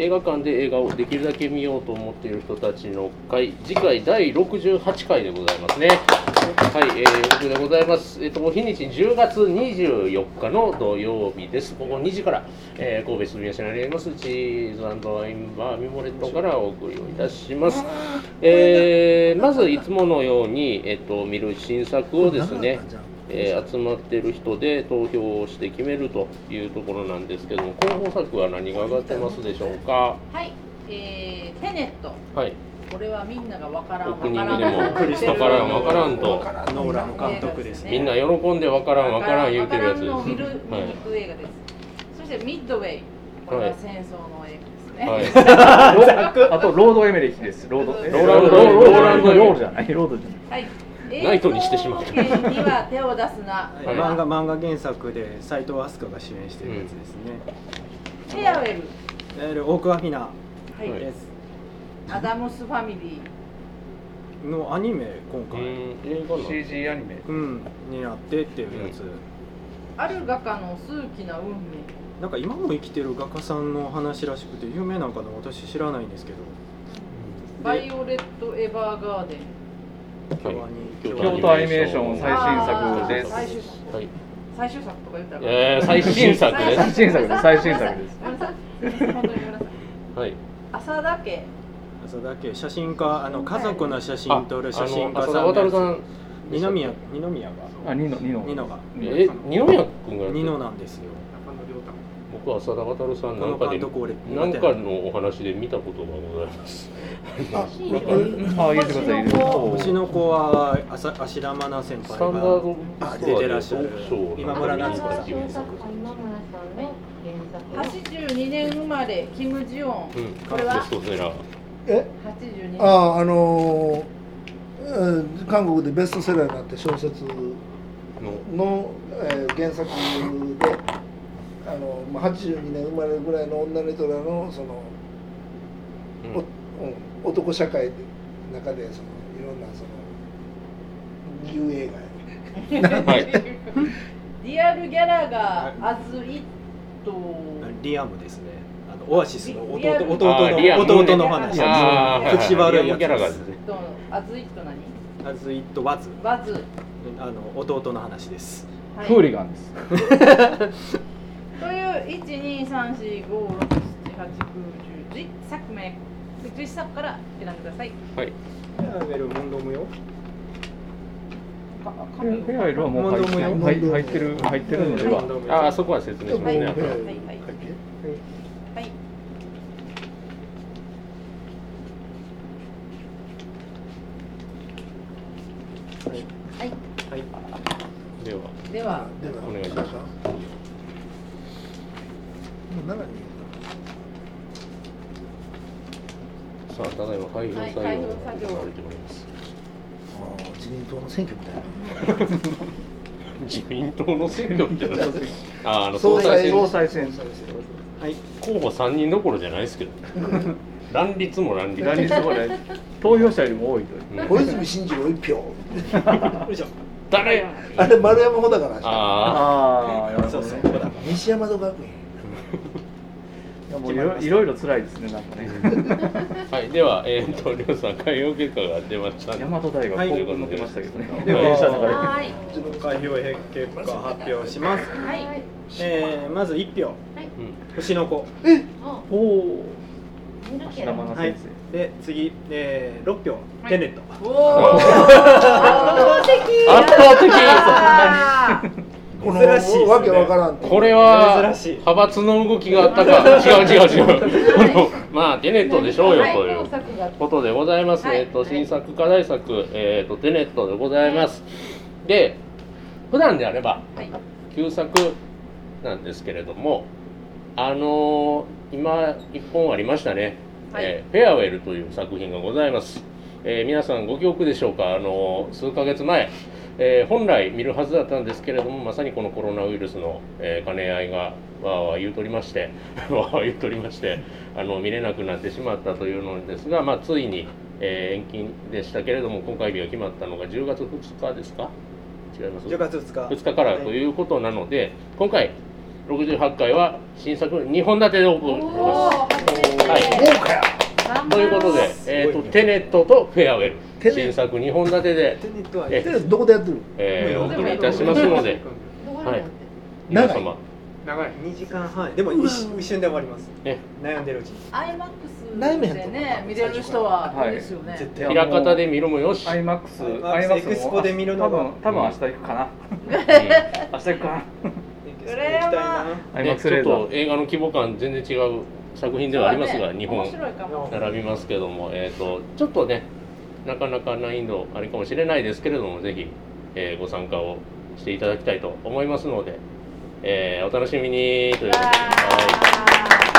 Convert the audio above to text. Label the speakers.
Speaker 1: 映画館で映画をできるだけ見ようと思っている人たちの会次回第68回でございますねはい、えー、僕でございますえっ、と日にち10月24日の土曜日です午後2時から、えー、神戸住吉にありますチーズワインバーミモレットからお送りをいたしますえー、まずいつものように、えっと見る新作をですね、えー集まってる人で投票をして決めるというところなんですけども候補作は何が上がってますでしょうか
Speaker 2: はい、えー、テネット、
Speaker 1: はい
Speaker 2: これはみんながわから
Speaker 1: オ
Speaker 2: ん、
Speaker 1: ー
Speaker 2: わか
Speaker 1: プニン
Speaker 2: ら
Speaker 1: グ
Speaker 2: ん、
Speaker 1: でも
Speaker 2: わ
Speaker 1: クリストからんわからんと
Speaker 3: ノーラン監督ですね。
Speaker 1: みんな喜んでわからんわからん言うてるやつです
Speaker 2: わからんのを見る、見に行く映画です。そしてミッドウェイ、これは戦争の映画
Speaker 1: は
Speaker 2: で
Speaker 1: い
Speaker 2: すね。
Speaker 4: あとロードエメリッヒです。ロード。
Speaker 2: ロ
Speaker 4: え
Speaker 2: ー
Speaker 1: ランド
Speaker 4: ロ
Speaker 1: ロ
Speaker 4: ーランド
Speaker 1: ーランド
Speaker 4: ロードじゃない。ロードじゃない。
Speaker 2: はい、
Speaker 1: ナイトにしてしまった
Speaker 2: 映像権には手を出すな。
Speaker 1: はい
Speaker 3: 漫画漫画原作で斉藤飛鳥が主演しているやつですね。
Speaker 2: フェアウェル、
Speaker 3: いわゆるオークアフィナ
Speaker 2: はい、
Speaker 1: はい
Speaker 3: です
Speaker 2: アダムスファミリ
Speaker 3: のアニメ今
Speaker 1: う
Speaker 3: 回
Speaker 1: ん映画の
Speaker 4: CG アニメ。
Speaker 3: うんになってっていうやつ。
Speaker 2: ー、ある画家の数奇な運命。
Speaker 3: なんか今も生きてる画家さんの話らしくて有名なんかな私知らないんですけど。
Speaker 2: バイオレット・エヴァーガーデン。
Speaker 3: 京
Speaker 1: はい
Speaker 3: 都
Speaker 4: 京都アニメーション最
Speaker 1: は
Speaker 4: 新作です
Speaker 2: あー最終作。
Speaker 1: い
Speaker 2: 最終作とか言ったら。
Speaker 1: えー最新作で
Speaker 4: 最
Speaker 1: す
Speaker 4: 新作です。最新作です。
Speaker 2: ごめんなさい。本当にごめんなさい。
Speaker 1: はい
Speaker 2: 浅田家。
Speaker 3: 朝だけ写真家あの家族の写真撮る写真
Speaker 1: あ
Speaker 3: 家
Speaker 1: あの
Speaker 3: さん
Speaker 1: 浅田
Speaker 3: の
Speaker 1: 渉
Speaker 3: や
Speaker 1: さ
Speaker 3: つ。
Speaker 1: ん
Speaker 3: 二宮二宮が
Speaker 4: あ、ニノニノ。
Speaker 3: ニノが
Speaker 1: え二宮君がやって
Speaker 3: 二
Speaker 1: る
Speaker 3: ノなんですよ。
Speaker 1: 僕は浅田渉さ
Speaker 3: こ
Speaker 1: んな
Speaker 3: の
Speaker 1: んかで
Speaker 3: 監督俺
Speaker 1: なんかのお話で見たことがございます
Speaker 4: あ、言ってください。
Speaker 2: こ
Speaker 3: 星の子は浅芦田愛菜先
Speaker 1: スタンダ
Speaker 3: 輩
Speaker 1: ー
Speaker 3: が
Speaker 1: ド
Speaker 3: 出てらっしゃる今村
Speaker 5: 原
Speaker 3: 夏子さん
Speaker 5: 修作家今村さんの原作
Speaker 2: 82年生まれ、キム・ジヨン。
Speaker 1: うん
Speaker 2: これは
Speaker 1: ベストセラー
Speaker 6: え
Speaker 2: 82年。
Speaker 6: あああのーうん韓国でベストセラーになった小説
Speaker 1: の
Speaker 6: の、えー原作であの、まあ、82年生まれぐらいの女の人らのその、
Speaker 1: うん
Speaker 6: おうん男社会の中でそのいろんなその自由映画やね
Speaker 1: はい
Speaker 2: リアル・ギャラガー、アズ・イット。
Speaker 3: リアムですね。あのオアシスの弟
Speaker 2: リアム
Speaker 3: 弟
Speaker 1: あーリア
Speaker 3: の
Speaker 1: ム
Speaker 3: 弟の話です。
Speaker 1: あーはいはい
Speaker 3: 口悪いやつ
Speaker 1: リアムギャラガ
Speaker 3: で
Speaker 1: ーですす。ね
Speaker 2: どうアズ・イット何
Speaker 3: アズイットワズ
Speaker 2: バズ。
Speaker 3: あの弟の話です。
Speaker 2: は
Speaker 4: フーリガンです。
Speaker 2: という、1、2、3、4、5、6、7、8、9、10、10作名。10作から選んでください。
Speaker 1: はい
Speaker 3: フェアウェルモンドムよ。
Speaker 2: か
Speaker 4: フェフェアウェルはもう入ってる入入ってる入ってるのでは。
Speaker 1: ああそこは説明しますね
Speaker 2: はい
Speaker 1: 後は
Speaker 2: はいはいはい。はい。
Speaker 3: はい。
Speaker 1: では
Speaker 2: で
Speaker 6: あ
Speaker 2: は、
Speaker 6: では
Speaker 1: お願いします
Speaker 6: もう奈良に
Speaker 1: さあただいま開票
Speaker 2: はい
Speaker 1: 作
Speaker 2: 開
Speaker 1: 業
Speaker 2: 票
Speaker 1: を
Speaker 2: 作業
Speaker 1: 行われております
Speaker 6: ああ自民党の選挙みたいな
Speaker 1: 自民党の選挙って何ですかあーあの総
Speaker 6: 総裁
Speaker 1: 裁選
Speaker 4: 総裁選。
Speaker 3: はい。
Speaker 1: 候補三人どころじゃないですけど 乱立も乱立
Speaker 4: 何日後で投票者よりも多いという。
Speaker 1: うん
Speaker 6: 小泉進次郎一票
Speaker 1: 誰
Speaker 6: あれ丸山穂だから
Speaker 1: ああ
Speaker 4: ああ、
Speaker 3: そうそう。
Speaker 6: 西山戸学園
Speaker 4: いやもういろいろいろ辛いですね。なんかね。
Speaker 1: はいではえっ、とりょうさん開票結果が出ました
Speaker 4: 大和大
Speaker 3: は
Speaker 4: 学
Speaker 3: い
Speaker 4: こう載ってましたけどね。
Speaker 3: では
Speaker 4: 電車の中で
Speaker 2: はい。
Speaker 3: 自分開票結果発表します。
Speaker 2: はい。
Speaker 3: えー、まず一
Speaker 1: う
Speaker 3: 票
Speaker 1: ん
Speaker 3: 星の子。
Speaker 5: あ
Speaker 4: おお。
Speaker 5: 見る
Speaker 4: 芦
Speaker 5: け
Speaker 4: 田
Speaker 5: ど
Speaker 4: 愛菜
Speaker 3: はい
Speaker 4: 先生。。
Speaker 3: で次えー、六票テネット。
Speaker 2: おお。
Speaker 1: 圧倒的
Speaker 6: この
Speaker 3: 珍しいですね
Speaker 6: わけわからんっていう
Speaker 1: これは
Speaker 3: 珍しい
Speaker 1: 派閥の動きがあったか違う違う違う このまあデネットでしょうよということでございます、
Speaker 2: はい
Speaker 1: えっ、と
Speaker 2: はい
Speaker 1: 新作課題作、えっ、とデネットでございます、で普段であれば
Speaker 2: はい。
Speaker 1: 旧作なんですけれどもあのー今一本ありましたね、
Speaker 2: はい
Speaker 1: えーフェアウェル」という作品がございます、えー皆さんご記憶でしょうかあのー数ヶ月前、えー本来見るはずだったんですけれどもまさにこのコロナウイルスの、えー兼ね合いがわーわー言うとりまして わーわー言うとりましてあの見れなくなってしまったというのですが、まあ、ついに、えー延期でしたけれども公開日が決まったのが10月2日ですか違います
Speaker 3: 10月2日。
Speaker 1: 2日からということなので今回68回は新作2本立てでお送りし
Speaker 2: おお。
Speaker 1: ます。
Speaker 2: 初めて。
Speaker 1: はということで、えー、とテネットとフェアウェル
Speaker 6: テネ
Speaker 1: 新作2本立てで、
Speaker 3: テネットは
Speaker 1: え
Speaker 6: でどこでやってる
Speaker 1: えーお送りいたしますので
Speaker 5: どこになっ
Speaker 1: 皆
Speaker 5: て
Speaker 1: 様
Speaker 4: 長い
Speaker 3: 2時間半でも一瞬一瞬で終わります
Speaker 1: え
Speaker 3: 悩んでるうちに
Speaker 2: アイマックス
Speaker 6: 内面
Speaker 2: で
Speaker 6: とか
Speaker 2: ね見れる人は
Speaker 4: は
Speaker 2: い
Speaker 4: い
Speaker 2: いですよね、
Speaker 3: 絶対
Speaker 4: いや
Speaker 1: 平方で見るもよし、
Speaker 4: アイマックス、
Speaker 3: IMAX
Speaker 4: アイマックス
Speaker 3: エクスポで見るの
Speaker 4: 多
Speaker 3: が
Speaker 4: 分多分明日行くかな。
Speaker 1: う
Speaker 4: 明日行くか
Speaker 2: これは
Speaker 4: な。ア
Speaker 1: ん
Speaker 4: イ
Speaker 1: ね
Speaker 4: マック
Speaker 1: ち
Speaker 4: ス
Speaker 1: ょ
Speaker 4: レ
Speaker 1: っ
Speaker 4: ー
Speaker 1: と
Speaker 4: ザー。
Speaker 1: 映画の規模感全然違う作品ではありますが、
Speaker 2: そうだね
Speaker 1: 日
Speaker 2: 面
Speaker 1: 本
Speaker 2: 白いかも
Speaker 1: 並びますけども、えー、とちょっとねなかなか難易度あれかもしれないですけれどもぜひ、えーご参加をしていただきたいと思いますので、えーお楽しみにということで。はい
Speaker 2: わー